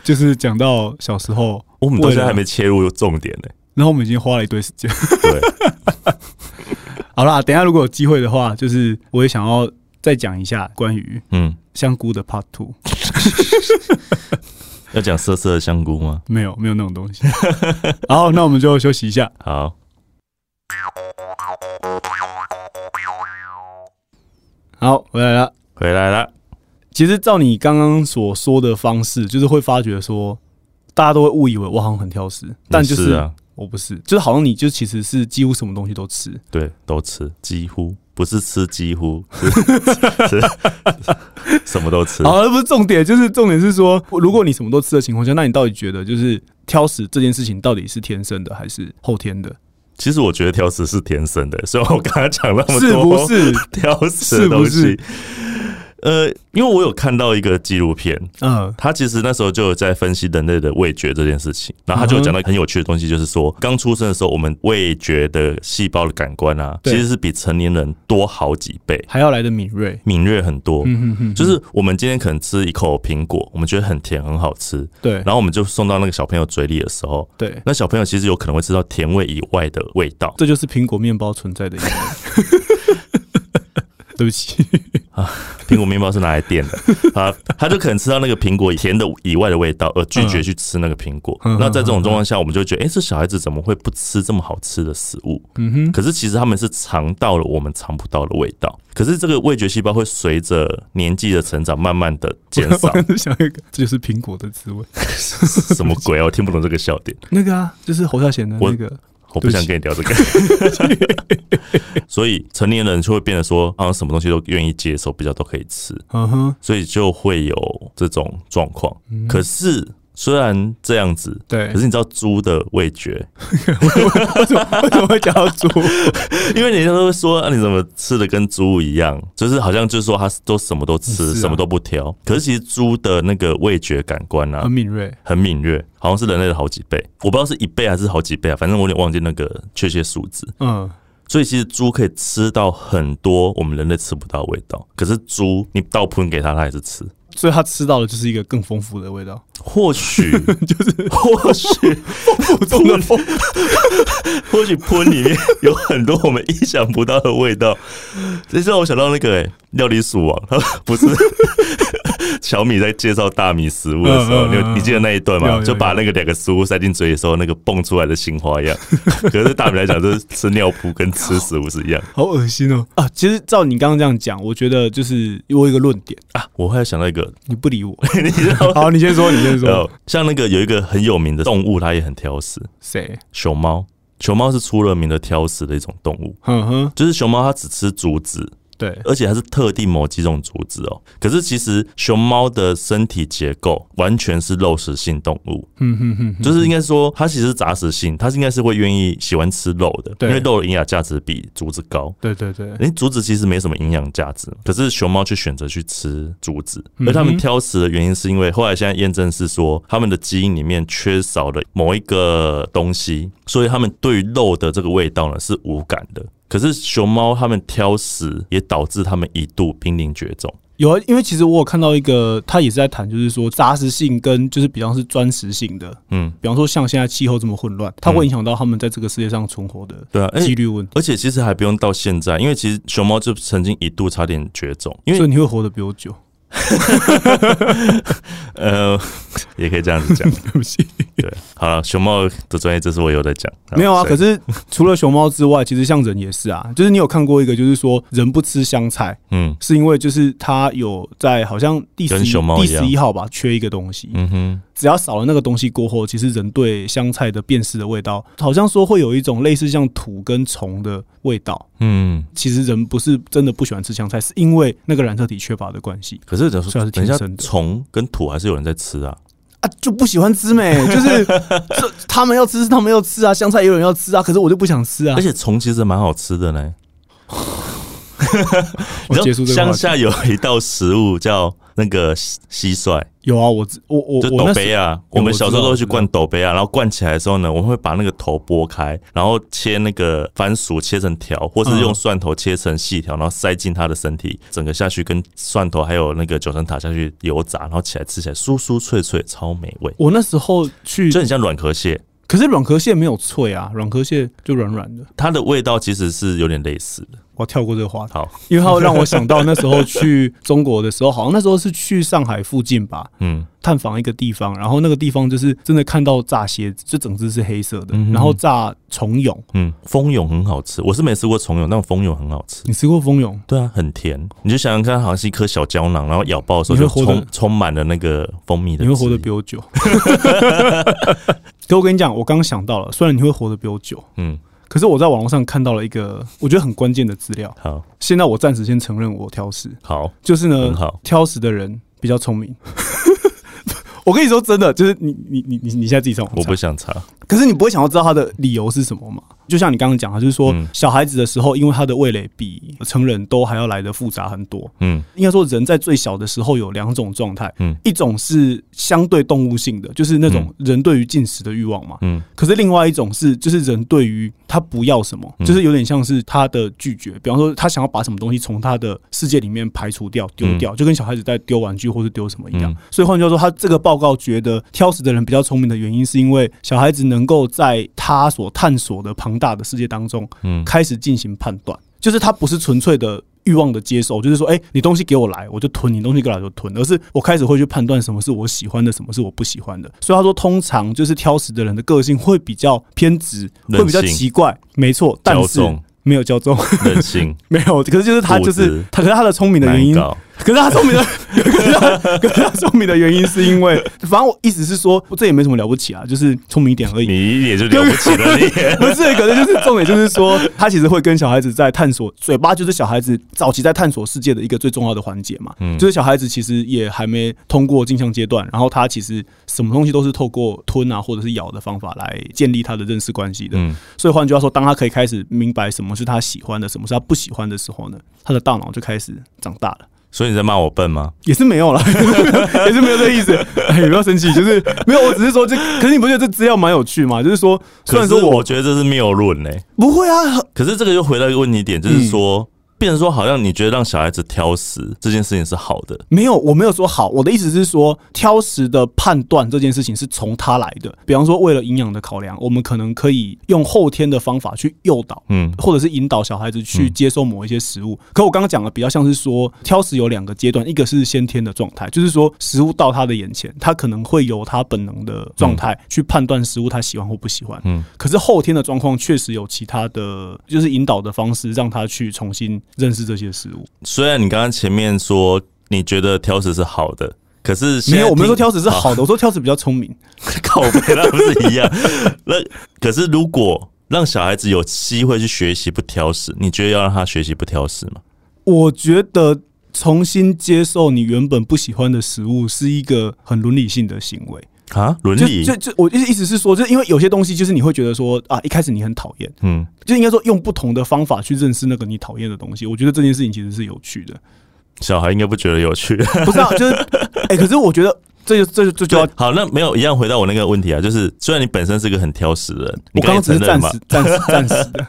就是讲到小时候，我们到现在还为没了，切入重点呢、然后我们已经花了一堆时间。对，好啦，等一下如果有机会的话，就是我也想要再讲一下关于嗯，香菇的 Part Two。要讲涩涩的香菇吗？没有，没有那 种东西。好，那我们就休息一下。好，好，回来了。回来了，其实照你刚刚所说的方式，就是会发觉说，大家都会误以为我好像很挑食，但就你是啊，我不是，就是好像你就其实是几乎什么东西都吃。对，都吃，几乎不是吃几乎，是 吃什么都吃。好，那不是重点，就是重点是说，如果你什么都吃的情况下，那你到底觉得就是挑食这件事情到底是天生的还是后天的？其实我觉得挑食是天生的，所以我刚刚讲那么是多不是？挑食的东西。是呃，因为我有看到一个纪录片，嗯他其实那时候就有在分析人类的味觉这件事情，然后他就有讲到很有趣的东西，就是说刚出生的时候，我们味觉的细胞的感官啊，对其实是比成年人多好几倍，还要来的敏锐。敏锐很多。嗯嗯嗯，就是我们今天可能吃一口苹果，我们觉得很甜很好吃，对然后我们就送到那个小朋友嘴里的时候，对，那小朋友其实有可能会吃到甜味以外的味 道。这就是苹果面包存在的 意义。对不起，苹果面包是拿来垫的啊，他就可能吃到那个苹果甜的以外的味道，而拒绝去吃那个苹果。嗯那在这种状况下，我们就会觉得，哎、这小孩子怎么会不吃这么好吃的食物？嗯哼，可是其实他们是尝到了我们尝不到的味道。可是这个味觉细胞会随着年纪的成长，慢慢的减少 我。刚才想一个，这就是苹果的滋味。什么鬼啊？我听不懂这个笑点，那个啊，就是侯孝贤的我那个，我不想跟你聊这个。 所以成年人就会变得说，好像什么东西都愿意接受，比较都可以吃。嗯哼，所以就会有这种状况。嗯可是虽然这样子，对。可是你知道猪的味觉，为什么 为什么会讲到猪？因为人家都会说、啊、你怎么吃的跟猪一样，就是好像就是说它都什么都吃，是啊什么都不挑。可是其实猪的那个味觉感官啊很。敏锐，很敏锐，好像是人类的好几倍，我不知道是一倍还是好几倍啊，反正我有点忘记那个确切数字。嗯，所以其实猪可以吃到很多我们人类吃不到的味道，可是猪你倒喷给它，它也是吃。所以他吃到的就是一个更丰富的味道，或许 就是，或许 普 通的丰，或许喷里面有很多我们意想不到的味道，这让我想到那个、欸、料理鼠王， 他不是小米在介绍大米食物的时候，嗯嗯你有嗯你记得那一段有吗？有就把那个两个食物塞进嘴里的时候，那个蹦出来的新花 样。可是大米来讲，就是吃尿布跟吃食物是一样 好恶心哦啊！其实照你刚刚这样讲，我觉得就是我有一个论点，啊。我还想到一个， 你不理我，你知道吗？ 好，你先说，你先说呃，像那个有一个很有名的动物，它也很挑食，谁？熊猫。熊猫是出了名的挑食的一种动物，哼嗯哼，就是熊猫它只吃竹子，对，而且还是特定某几种竹子哦。可是其实熊猫的身体结构完全是肉食性动物，嗯哼哼哼，就是应该说它其实是杂食性，它应该是会愿意喜欢吃肉的，对因为肉的营养价值比竹子高。对对对，诶，竹子其实没什么营养价值，可是熊猫却选择去吃竹子，嗯哼而他们挑食的原因是因为后来现在验证是说，他们的基因里面缺少了某一个东西，所以他们对于肉的这个味道呢是无感的。可是熊猫它们挑食，也导致它们一度濒临绝种。有啊，因为其实我有看到一个，他也是在谈，就是说杂食性跟就是比方是专食性的，嗯，比方说像现在气候这么混乱，它嗯会影响到他们在这个世界上存活的对啊，而几且率问题，而且其实还不用到现在，因为其实熊猫就曾经一度差点绝种，因为所以你会活得比我久。呃， 也可以这样子讲。对不起， 对，啊好了，熊猫的专业知识我有在讲。没有啊。所以可是除了熊猫之外，其实像人也是啊，就是你有看过一个，就是说人不吃香菜，嗯是因为就是它有在好像第十跟熊猫第一样十一号吧，缺一个东西。嗯哼。只要少了那个东西过后，其实人对香菜的辨识的味道，好像说会有一种类似像土跟虫的味道。嗯，其实人不是真的不喜欢吃香菜，是因为那个染色体缺乏的关系可是等虽说，然是等天一下生，的虫跟土还是有人在吃啊。啊，就不喜欢吃 美，就是这他们要吃是他们要吃啊，香菜也有人要吃啊，可是我就不想吃啊而。且虫其实蛮好吃的呢。我结束这个乡话题下有一道食物叫那个蟋蟋蟀，有啊，我知我我就我豆那时杯啊。我我们知小时候道都我会知去道灌豆杯啊，然后灌起来的时候呢，我们会把那个头剥开，然后切那个番薯切成条，或是嗯用蒜头切成细条，然后塞进它的身体，整个下去跟蒜头还有那个九层塔下去油炸，然后起来吃起来酥酥脆脆，超美味，我那时候去就很像软壳蟹。可是软壳蟹没有脆啊，软壳蟹就软软的。它的味道其实是有点类似的。我要跳过这个话题，好，因为它让我想到那时候去中国的时候，好像那时候是去上海附近吧，嗯，探访一个地方，然后那个地方就是真的看到炸蝎子，就整只是黑色的，嗯哼然后炸虫蛹。嗯，蜂蛹很好吃，我是没吃过虫蛹，但蜂蛹很好吃。你吃过蜂蛹？对啊，很甜。你就想想看，好像是一颗小胶囊，然后咬爆的时候你就会活得充充满了那个蜂蜜的汁你液。会活得比我久。可我跟你讲，我刚想到了，虽然你会活得比我久，嗯可是我在网络上看到了一个我觉得很关键的资料。好现在我暂时先承认我挑食，好就是很呢，好。挑食的人比较聪明。 我跟你说真的，就是你你你你你现在自己上网我查不，想查，可是你不会想要知道他的理由是什么嘛？就像你刚刚讲的，就是说、嗯小孩子的时候，因为他的味蕾比成人都还要来的复杂很多。嗯应该说，人在最小的时候有两种状态，嗯一种是相对动物性的，就是那种人对于进食的欲望嘛。嗯可是另外一种是，就是人对于他不要什么，嗯就是有点像是他的拒绝，比方说他想要把什么东西从他的世界里面排除掉、丢掉，就跟小孩子在丢玩具或是丢什么一样嗯。所以换句话说，他这个报告觉得挑食的人比较聪明的原因，是因为小孩子能够在他所探索的庞大的世界当中嗯开始进行判断，就是他不是纯粹的。欲望的接受，就是说，哎、你东西给我来，我就吞；你东西给我来，我就吞。而是我开始会去判断什么是我喜欢的，什么是我不喜欢的。所以他说，通常就是挑食的人的个性会比较偏执，任性会比较奇怪，没错。但是骄纵没有骄纵， 任性没有。可是就是他，就固是执他，可是他的聪明的原难因搞， 可是他聪明的，可是他可是他聪明的原因是因为，反正我意思是说，这也没什么了不起啊，就是聪明一点而已。你也就了不起了你。 不是，可能就是重点，就是说他其实会跟小孩子在探索，嘴巴就是小孩子早期在探索世界的一个最重要的环节嘛。嗯就是小孩子其实也还没通过镜像阶段，然后他其实什么东西都是透过吞啊或者是咬的方法来建立他的认识关系的。嗯所以换句话说，当他可以开始明白什么是他喜欢的，什么是他不喜欢的时候呢，他的大脑就开始长大了。所以你在骂我笨吗？也是没有啦，也是没有这个意思。 哎，不要生气，就是没有。我只是说这，可是你不觉得这资料蛮有趣吗？就是说， 虽可然是说我觉得这是谬论呢。不会啊，可是这个又回到一个问题点，就是嗯说，变成说好像你觉得让小孩子挑食这件事情是好的，没有，我没有说好，我的意思是说，挑食的判断这件事情是从他来的。比方说，为了营养的考量，我们可能可以用后天的方法去诱导。嗯或者是引导小孩子去接受某一些食物，可我刚刚讲的比较像是说，挑食有两个阶段，一个是先天的状态，就是说食物到他的眼前，他可能会由他本能的状态去判断食物他喜欢或不喜欢。嗯可是后天的状况确实有其他的，就是引导的方式，让他去重新认识这些食物。虽然你刚刚前面说你觉得挑食是好的，可是现在没有，我没有说听挑食 是好的，我说挑食比较聪明。靠背，那不是一样？那可是如果让小孩子有机会去学习不挑食，你觉得要让他学习不挑食吗？我觉得重新接受你原本不喜欢的食物是一个很伦理性的行为。啊，伦就理就，就我意思意思是说，就是因为有些东西，就是你会觉得说啊，一开始你很讨厌，嗯，就应该说用不同的方法去认识那个你讨厌的东西。我觉得这件事情其实是有趣的，小孩应该不觉得有趣。不是啊？就是哎、可是我觉得这就这就 这就要对，好，那没有一样回到我那个问题啊，就是虽然你本身是个很挑食的人，你我刚也刚只承是认暂嘛时，暂时暂时的，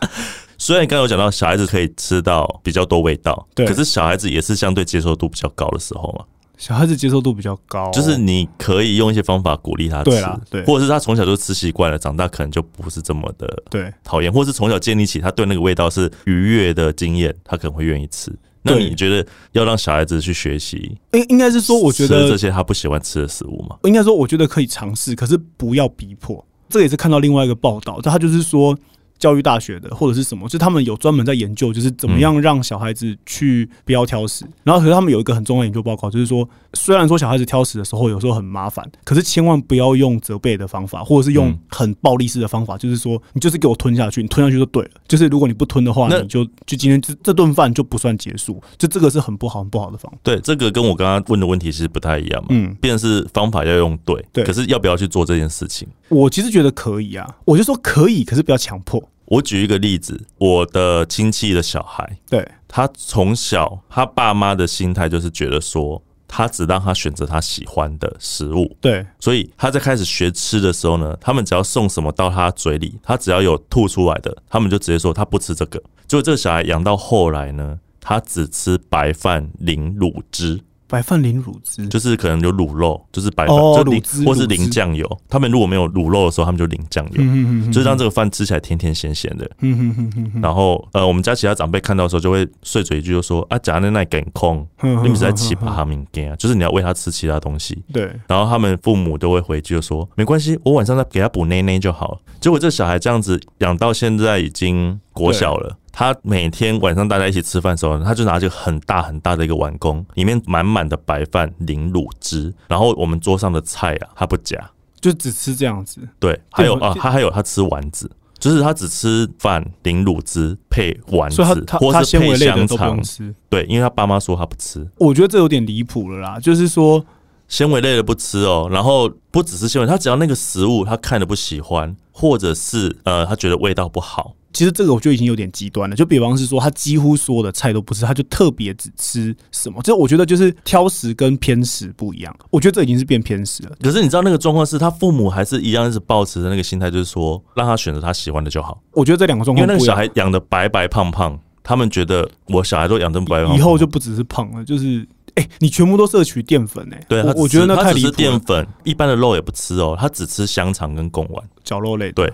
虽然刚刚有讲到小孩子可以吃到比较多味道，对哦可是小孩子也是相对接受度比较高的时候嘛，小孩子接受度比较高，就是你可以用一些方法鼓励他吃，对啦对或者是他从小就吃习惯了，长大可能就不是这么的对。讨厌，或是从小建立起他对那个味道是愉悦的经验，他可能会愿意吃。那对你觉得要让小孩子去学习应应该是说，我觉吃这得些他不喜欢吃的食物吗？应该说，我觉得可以尝试，可是不要逼迫。这也是看到另外一个报道，他就是说。教育大学的或者是什么，就是他们有专门在研究，就是怎么样让小孩子去不要挑食。然后，可是他们有一个很重要的研究报告，就是说，虽然说小孩子挑食的时候有时候很麻烦，可是千万不要用责备的方法，或者是用嗯很暴力式的方法，就是说你就是给我吞下去，你吞下去就对了。就是如果你不吞的话，那你就就今天这这顿饭就不算结束，就这个是很不好很不好的方法。对，这个跟我刚刚问的问题其实不太一样嘛。嗯，变成是方法要用对，对可是要不要去做这件事情？我其实觉得可以啊，我就说可以，可是不要强迫。我举一个例子，我的亲戚的小孩，对，他从小他爸妈的心态就是觉得说，他只让他选择他喜欢的食物，对，所以他在开始学吃的时候呢，他们只要送什么到他嘴里，他只要有吐出来的，他们就直接说他不吃这个。结果这个小孩养到后来呢，他只吃白饭淋卤汁，白饭淋乳汁，就是可能有卤肉，就是白饭，哦就淋卤汁或是卤汁淋酱油。他们如果没有卤肉的时候，他们就淋酱油，嗯嗯就是让这个饭吃起来甜甜咸咸的。嗯嗯嗯嗯嗯，然后呃，我们家其他长辈看到的时候就会碎嘴一句，就说啊，假那那梗空，后你们是在奇葩哈明干啊，就是你要喂他吃其他东西。对，然后他们父母都会回去就说没关系，我晚上再给他补奶奶就好了。结果这小孩这样子养到现在已经国小了。他每天晚上大家一起吃饭的时候，他就拿着很大很大的一个碗公，里面满满的白饭淋卤汁，然后我们桌上的菜啊，他不夹，就只吃这样子，对，还有我啊，这他还有他吃丸子，就是他只吃饭淋卤汁配丸子所以，他或他他是纤配维类香的都不肠用，吃。对，因为他爸妈说他不吃，我觉得这有点离谱了啦，就是说，纤维类的不吃哦，然后不只是纤维，他只要那个食物他看了不喜欢，或者是呃他觉得味道不好，其实这个我就已经有点极端了。就比方是说，他几乎所有的菜都不吃，他就特别只吃什么？这我觉得就是挑食跟偏食不一样。我觉得这已经是变偏食了。可是你知道那个状况是他父母还是一样是抱持的那个心态，就是说让他选择他喜欢的就好，我觉得这两个状因为况那个不一小样，孩养的白白胖胖，他们觉得我小孩都养这么白白胖胖以后就不只是胖了，就是哎、你全部都摄取淀粉哎、对，啊他我只我觉得那他太只离吃谱淀了，粉，一般的肉也不吃哦，他只吃香肠跟贡丸。绞肉类的。对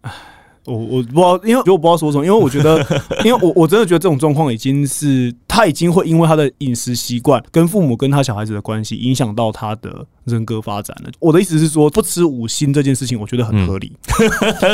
唉。我我不知道，因为我不知道说什么，因为我觉 得，因为我我真的觉得这种状况已经是他已经会因为他的饮食习惯跟父母跟他小孩子的关系影响到他的人格发展了。我的意思是说，不吃五辛这件事情，我觉得很合理，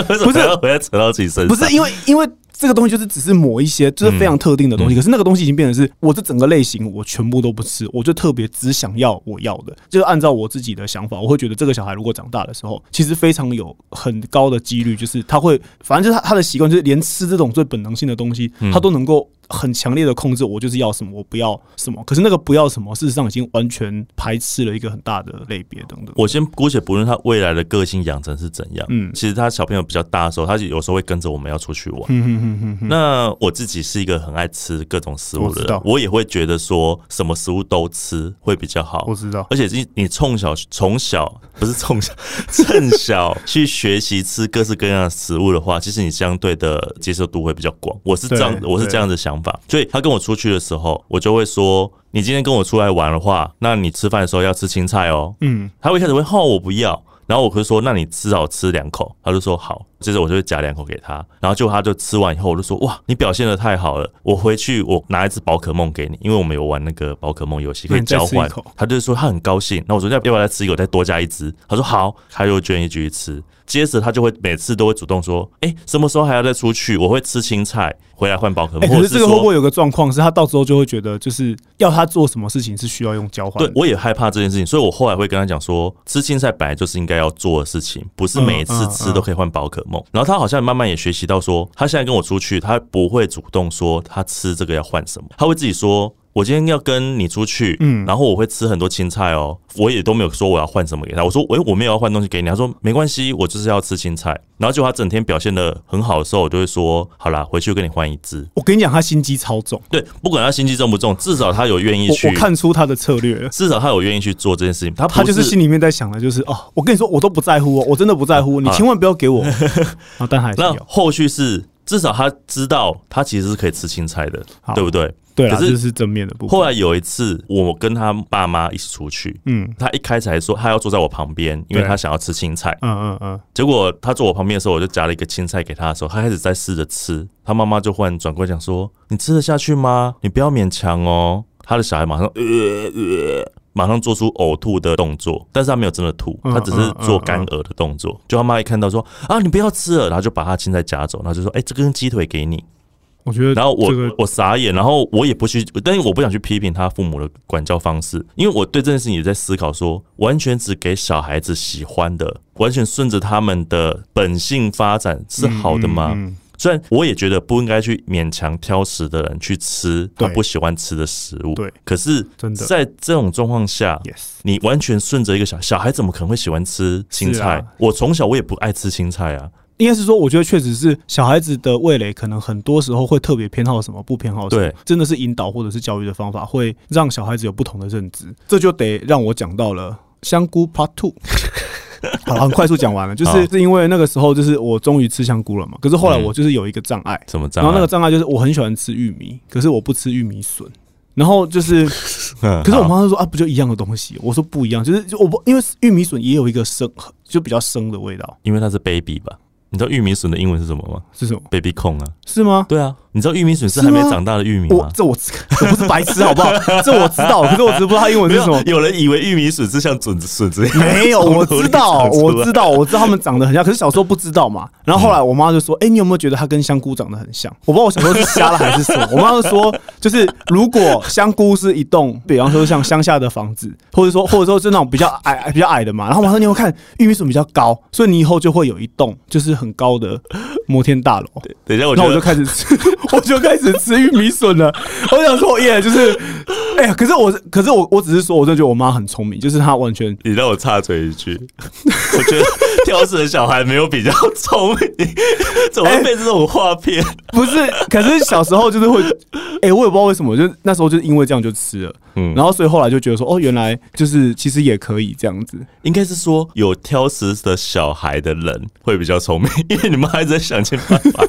为什么要回来扯到自己身上？不是因为因为这个东西就是只是抹一些，就是非常特定的东西。可是那个东西已经变成是我这整个类型我全部都不吃，我就特别只想要我要的，就是按照我自己的想法，我会觉得这个小孩如果长大的时候，其实非常有很高的几率，就是他会，反正就是他他的习惯就是连吃这种最本能性的东西，他都能够。很强烈的控制，我就是要什么，我不要什么。可是那个不要什么，事实上已经完全排斥了一个很大的类别等等。我先姑且不论他未来的个性养成是怎样，嗯，嗯其实他小朋友比较大的时候，他有时候会跟着我们要出去玩。嗯哼哼哼哼，那我自己是一个很爱吃各种食物我的知人道，我也会觉得说什么食物都吃会比较好我。知道。而且你你从小从小不是从 小，趁小去学习吃各式各样的食物的话，其实你相对的接受度会比较广。我是这样，对我是这样的想法。所以他跟我出去的时候，我就会说：你今天跟我出来玩的话，那你吃饭的时候要吃青菜哦。嗯，他会一开始会吼我不要，然后我会说那你至少吃两口，他就说好，接着我就会夹两口给他，然后就他就吃完以后，我就说哇，你表现的太好了，我回去我拿一只宝可梦给你，因为我们有玩那个宝可梦游戏可以交那换你再吃一口，他就说他很高兴，那我说要要不要再吃一口，再多加一只，他说好，他就愿意继续吃。接着他就会每次都会主动说，哎、什么时候还要再出去？我会吃青菜，回来换宝可欸梦。或可者是这个会说不会有个状况是，他到时候就会觉得，就是要他做什么事情是需要用交换对的？，我也害怕这件事情，所以我后来会跟他讲说，吃青菜本来就是应该要做的事情，不是每一次嗯嗯吃都可以换宝可嗯梦。然后他好像慢慢也学习到说，他现在跟我出去，他不会主动说他吃这个要换什么，他会自己说。我今天要跟你出去，嗯，嗯然后我会吃很多青菜哦，我也都没有说我要换什么给他，我说，喂、我没有要换东西给你，他说没关系，我就是要吃青菜。然后就他整天表现的很好的时候，我就会说，好啦，回去跟你换一只。我跟你讲，他心机超重，对，不管他心机重不重，至少他有愿意我去，哦我看出他的策略了。至少他有愿意去做这件事情，他不他就是心里面在想的，就是哦，我跟你说，我都不在乎哦，我真的不在乎，你千万不要给 我。啊，但还是那有，后续是至少他知道他其实是可以吃青菜的，好对不对？对啦，可是这是正面的部分。后来有一次，我跟他爸妈一起出去，嗯他一开始还说他要坐在我旁边，因为对他想要吃青菜。嗯嗯嗯，结果他坐我旁边的时候，我就夹了一个青菜给他的时候，他开始在试着吃。他妈妈就忽然转过来讲说：“你吃得下去吗？你不要勉强哦。”他的小孩马上呃呃，马上做出呕吐的动作，但是他没有真的吐，嗯他只是做干呕的动作。就他妈一看到说：“啊，你不要吃了！”然后就把他青菜夹走，然后就说：“哎、这根鸡腿给你。”我觉得，然后我、这个我傻眼，然后我也不去，但是我不想去批评他父母的管教方式，因为我对这件事情也在思考说，完全只给小孩子喜欢的，完全顺着他们的本性发展是好的吗？嗯嗯嗯虽然我也觉得不应该去勉强挑食的人去吃他对不喜欢吃的食物，对可是真的在这种状况下。 yes，你完全顺着一个小小孩，怎么可能会喜欢吃青是菜？啊我从小我也不爱吃青菜啊。应该是说，我觉得确实是小孩子的味蕾，可能很多时候会特别偏好什么，不偏好什么。对，真的是引导或者是教育的方法，会让小孩子有不同的认知。这就得让我讲到了香菇 Part Two。好了，很快速讲完了，就好是是因为那个时候就是我终于吃香菇了嘛，可是后来嗯我就是有一个障碍，怎么这然样？啊后那个障碍就是我很喜欢吃玉米，可是我不吃玉米笋。然后 就是，可可是我妈就说啊，不就一样的东西？我说不一样，就是就我不因为玉米笋也有一个生，就比较生的味道，因为它是 baby 吧？你知道玉米笋的英文是什么吗是什么？ ？baby 控啊，是吗？对啊，你知道玉米笋是是还吗没长大的玉米我吗？这我知 我不是白痴好不好？这我知道，可是我只是不知道它英文没是什么有，。啊有人以为玉米笋是像笋子笋子一样，没有， 我知 道，从土里长出来我知道，我知道他们长得很像，可是小时候不知道嘛。然后后来我妈就说：“哎、你有没有觉得它跟香菇长得很像？”我不知道我小时候是瞎了还是什么。我妈就说，就是如果香菇是一栋，比方说像乡下的房子，或者说或者说是那种比较矮比较矮的嘛。然后我妈说：“你有没有看玉米笋比较高，所以你以后就会有一栋就是很高的摩天大楼。”等一下我觉然后得我就开始吃， 我就开始吃玉米笋了。我想说，耶，就是，哎、呀，可是我，可是我，我只是说，我真的觉得我妈很聪明，就是她完全你让我插嘴一句，我觉得 挑食的小孩没有比较聪明，怎哎么会被这种画骗？不是，可是小时候就是会，哎、我也不知道为什么，就是那时候就是因为这样就吃了，嗯然后所以后来就觉得说，哦，原来就是其实也可以这样子，应该是说有挑食的小孩的人会比较聪明，因为你妈一直在想尽办法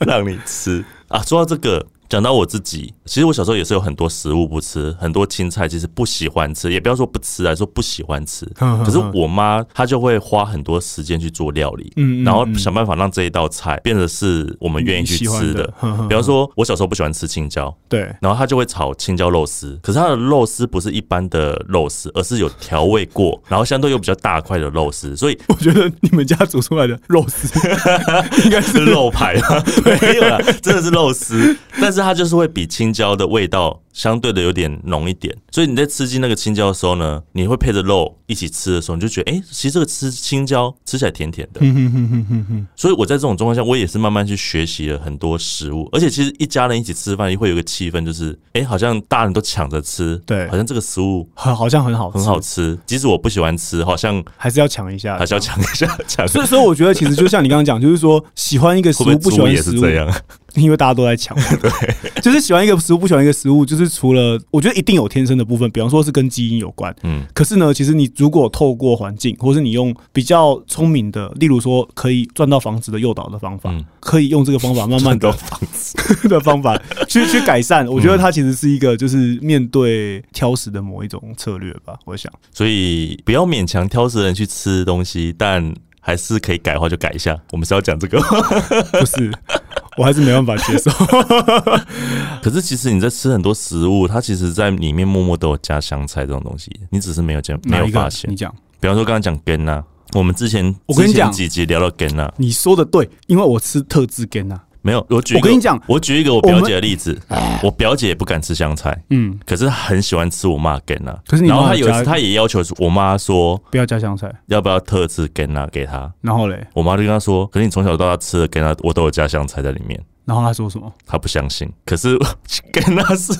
让你吃啊。说到这个，讲到我自己，其实我小时候也是有很多食物不吃，很多青菜其实不喜欢吃，也不要说不 嗯吃来说不喜欢吃。嗯嗯可是我妈她就会花很多时间去做料理，嗯嗯然后嗯想办法让这一道菜变得是我们愿意去你喜欢吃的的嗯嗯。嗯比方说，我小时候不喜欢吃青椒，对，然后他就会炒青椒肉丝，可是他的肉丝不是一般的肉丝，而是有调味过，然后相对又比较大块的肉丝，所以我觉得你们家煮出来的肉丝应该是是肉排 啊，没有啦，真的是肉丝，但是它就是会比青椒的味道相对的有点浓一点，所以你在吃进那个青椒的时候呢，你会配着肉一起吃的时候，你就觉得哎、诶其实这个吃青椒吃起来甜甜的，嗯所以我在这种状况下，我也是慢慢去学习了很多食物，而且其实一家人一起吃饭会有一个气氛，就是哎、诶好像大人都抢着吃，对好像这个食物。很好像很好吃，很好吃，即使我不喜欢吃，好像还是要抢一下还。是要抢一 下抢。所以，所以我觉得其实就像你刚刚讲，就是说喜欢一个食会不会物不喜猪欢也食是物，这样？因为大家都在抢， 对， 就是喜欢一个食物不喜欢一个食物，就是除了我觉得一定有天生的部分，比方说是跟基因有关，嗯，可是呢，其实你如果透过环境，或是你用比较聪明的，例如说可以赚到房子的诱导的方法，嗯可以用这个方法慢慢哦 的的方法去去改善。我嗯觉得它其实是一个就是面对挑食的某一种策略吧。我想，所以不要勉强挑食人去吃东西，但还是可以改的话就改一下。我们是要讲这个，不是，我还是没办法接受。 可是其实你在吃很多食物，它其实在里面默默都有加香菜这种东西，你只是没有见没哪有一发个？现你。讲，比方说刚刚讲根呐，我们之前我跟你讲之前几集聊到根呐，你说的对，因为我吃特制根啊，没有。我举一个我跟你讲我举一个我我们表姐的例子，我哎表姐也不敢吃香菜，嗯，可是她很喜欢吃我妈的根呐。可是你然后妈她有有一加次她也要求我妈说，不要加香菜。要不要特制根啊给他？然后嘞，我妈就跟他说，可是你从小到大吃的根啊，我都有加香菜在里面。然后他说什么？他不相信，可是 根啊是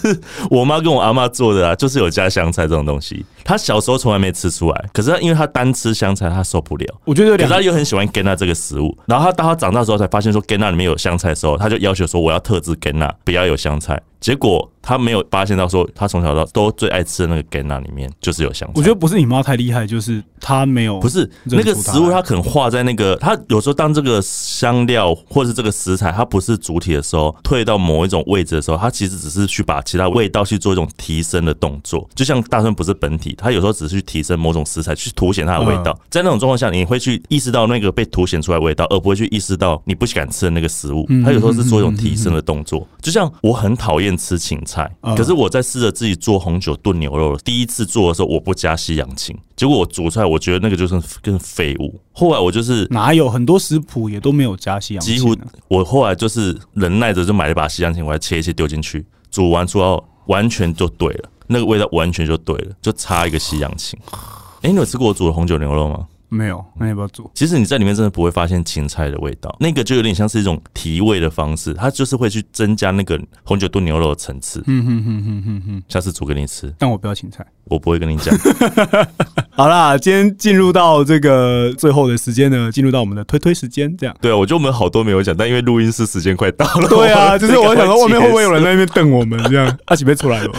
我妈跟我阿妈做的啊，就是有加香菜这种东西。他小时候从来没吃出来，可是他因为他单吃香菜，他受不了。我觉得有可两是他又很喜欢根啊这个食物，然后他当他长大之后才发现说根啊里面有香菜的时候，他就要求说我要特制根啊，不要有香菜。结果他没有发现到说他从小到都最爱吃的那个根啊里面就是有香菜。我觉得不是你妈太厉害，就是她没有不是那认个出它食物，来它可能化在那个，它有时候当这个香料或是这个食材它不是主体的时候，退到某一种位置的时候，它其实只是去把其他味道去做一种提升的动作。就像大蒜不是本体，它有时候只是去提升某种食材去凸显它的味道。在那种状况下，你会去意识到那个被凸显出来的味道，而不会去意识到你不敢吃的那个食物。它有时候是做一种提升的动作。就像我很讨厌吃芹菜，嗯可是我在试着自己做红酒炖牛肉，第一次做的时候我不加西洋芹，结果我煮出来，我觉得那个就是跟废物。后来我就是哪有很多食谱也都没有加西洋芹几啊，乎，我后来就是忍耐着就买了一把西洋芹，我还切一切丢进去，煮完之后完全就对了，那个味道完全就对了，就差一个西洋芹。哎、你有吃过我煮的红酒牛肉吗？没有，那你要不要做？其实你在里面真的不会发现芹菜的味道，那个就有点像是一种提味的方式，它就是会去增加那个红酒炖牛肉的层次。嗯哼哼哼哼哼，下次煮给你吃，但我不要芹菜。我不会跟你讲。好啦，今天进入到这个最后的时间呢，进入到我们的推推时间， 。这样对啊，我觉得我们好多没有讲，但因为录音室时间快到了，对啊，就是我想说外面会不会有人？人在那边瞪我们这 样？啊阿喜被啊出来了。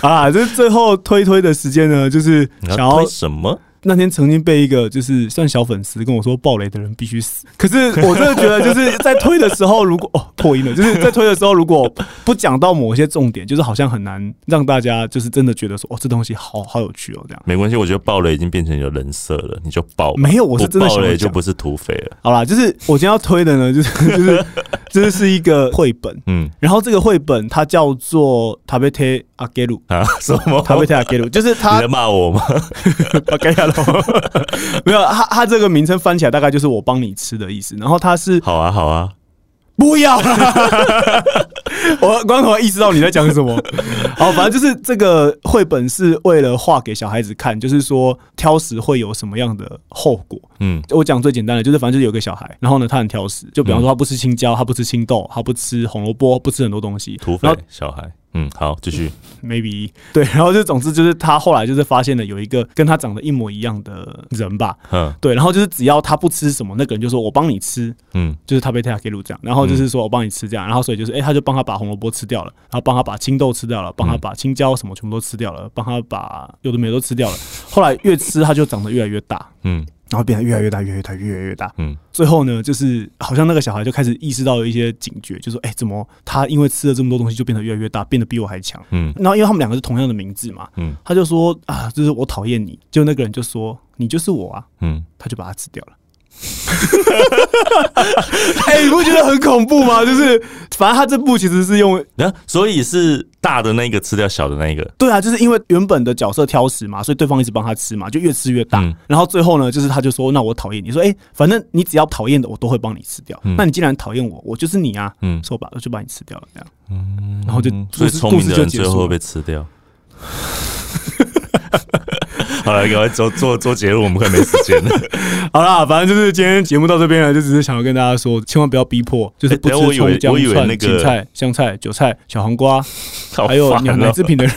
好啦，这是最后推推的时间呢，就是你想要要推什么？那天曾经被一个就是算小粉丝跟我说暴雷的人必须死， 可是我真的觉得就是在推的时候，如果哦破音了，就是在推的时候如果不讲到某些重点，就是好像很难让大家就是真的觉得说哦这东西好好有趣哦这样。没关系，我觉得爆雷已经变成你的人设了，你就爆吧。没有， 我是真的不爆想要雷讲就不是土匪了。好啦，就是我今天要推的呢，就是就是就是是一个绘本，嗯然后这个绘本它叫做《塔贝特阿给鲁啊，什么》，？塔贝特阿给鲁，就是你它在骂我吗？我改了，没有，它它这个名称翻起来大概就是我帮你吃的意思。然后它是好啊，好啊，不 要啦，我光头意识到你在讲什 么。好，反正就是这个绘本是为了画给小孩子看，就是说挑食会有什么样的后果。嗯我讲最简单的，就是反正就是有一个小孩，然后呢，他很挑食，就比方说他不吃青椒，他不吃青豆，他不吃红萝卜，不吃很多东西，土匪然后小孩，嗯，好，继续。 maybe 对，然后就总之就是他后来就是发现了有一个跟他长得一模一样的人吧，嗯对，然后就是只要他不吃什么，那个人就说我帮你吃，嗯就是他被泰亚给鲁这样，然后就是说我帮你吃这样，然后所以就是哎、诶他就帮他把红萝卜吃掉了，然后帮他把青豆吃掉了，帮他把青椒什么全部都吃掉了，帮他把有的没的都吃掉了， 后来越吃他就长得越来越大，嗯然后变得越来越大，越来越大，越来越大。嗯最后呢，就是好像那个小孩就开始意识到了一些警觉，就说：“哎、怎么他因为吃了这么多东西，就变得越来越大，变得比我还强？”嗯然后因为他们两个是同样的名字嘛，嗯他就说：“啊，就是我讨厌你。”就那个人就说：“你就是我啊！”嗯，他就把它吃掉了。 哎、你不觉得很恐怖吗？就是反正他这部其实是用然后所以是大的那个吃掉小的那个，对啊，就是因为原本的角色挑食嘛，所以对方一直帮他吃嘛，就越吃越大。嗯然后最后呢，就是他就说：“那我讨厌你。”说：“哎、反正你只要讨厌的，我都会帮你吃掉。嗯那你既然讨厌我，我就是你啊。”嗯说吧，我就把你吃掉了，这样。然后就嗯所以故事聪故明事的就人结最后束会了。被吃掉。 好了，赶快做做做结论，我们快没时间了。好啦，反正就是今天节目到这边了，就只是想要跟大家说，千万不要逼迫，就是不哎等一下我吃以为葱姜我以为蒜、那个芹菜、香菜、韭菜、小黄瓜，好 还有烦牛哦奶制品的人，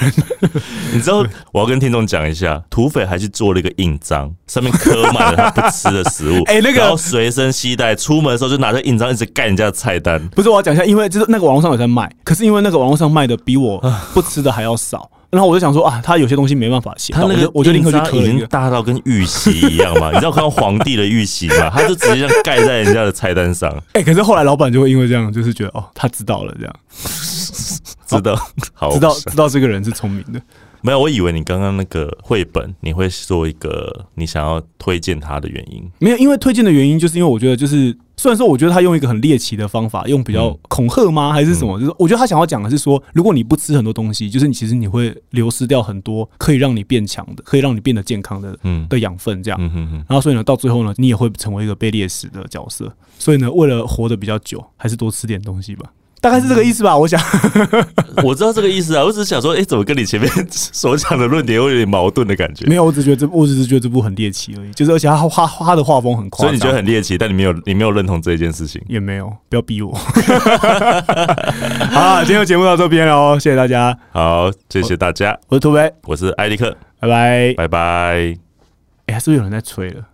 你知道我要跟听众讲一下，土匪还去做了一个印章，上面刻满了他不吃的食物 。哎那个然后随身携带，出门的时候就拿着印章一直盖人家的菜单。 不是，我要讲一下，因为就是那个网络上有在卖，可是因为那个网络上卖的比我不吃的还要少，然后我就想说啊，他有些东西没办法写他到，那我个就我就宁可去印章刻已了一经个。大到跟玉玺一样嘛，你知道看到皇帝的玉玺嘛，他就直接这样盖在人家的菜单上， 哎、可是后来老板就会因为这样，就是觉得哦，他知道了，这样知道？ 好，哦知道知道这个人是聪明的。没有？我以为你刚刚那个绘本，你会做一个你想要推荐他的原因。没有，因为推荐的原因，就是因为我觉得，就是虽然说我觉得他用一个很猎奇的方法，用比较嗯恐吓吗，还是什么？就是我觉得他想要讲的是说，如果你不吃很多东西，就是你其实你会流失掉很多可以让你变强的、可以让你变得健康的嗯的养分，这样。嗯哼哼，然后所以呢，到最后呢，你也会成为一个被猎食的角色。所以呢，为了活得比较久，还是多吃点东西吧。大概是这个意思吧，我想。我知道这个意思啊，我只是想说，哎、怎么跟你前面所讲的论点会有点矛盾的感觉？没有，我只觉得这，我只是觉得这部很猎奇而已。就是而且他画他的画风很夸张，所以你觉得很猎奇，但你没有你没有认同这一件事情。也没有，不要 逼我。好啦，今天的节目到这边喽，谢谢大家，好，谢谢大家，我是土匪，我是艾利克，拜拜。拜哎、拜。是不是有人在吹了？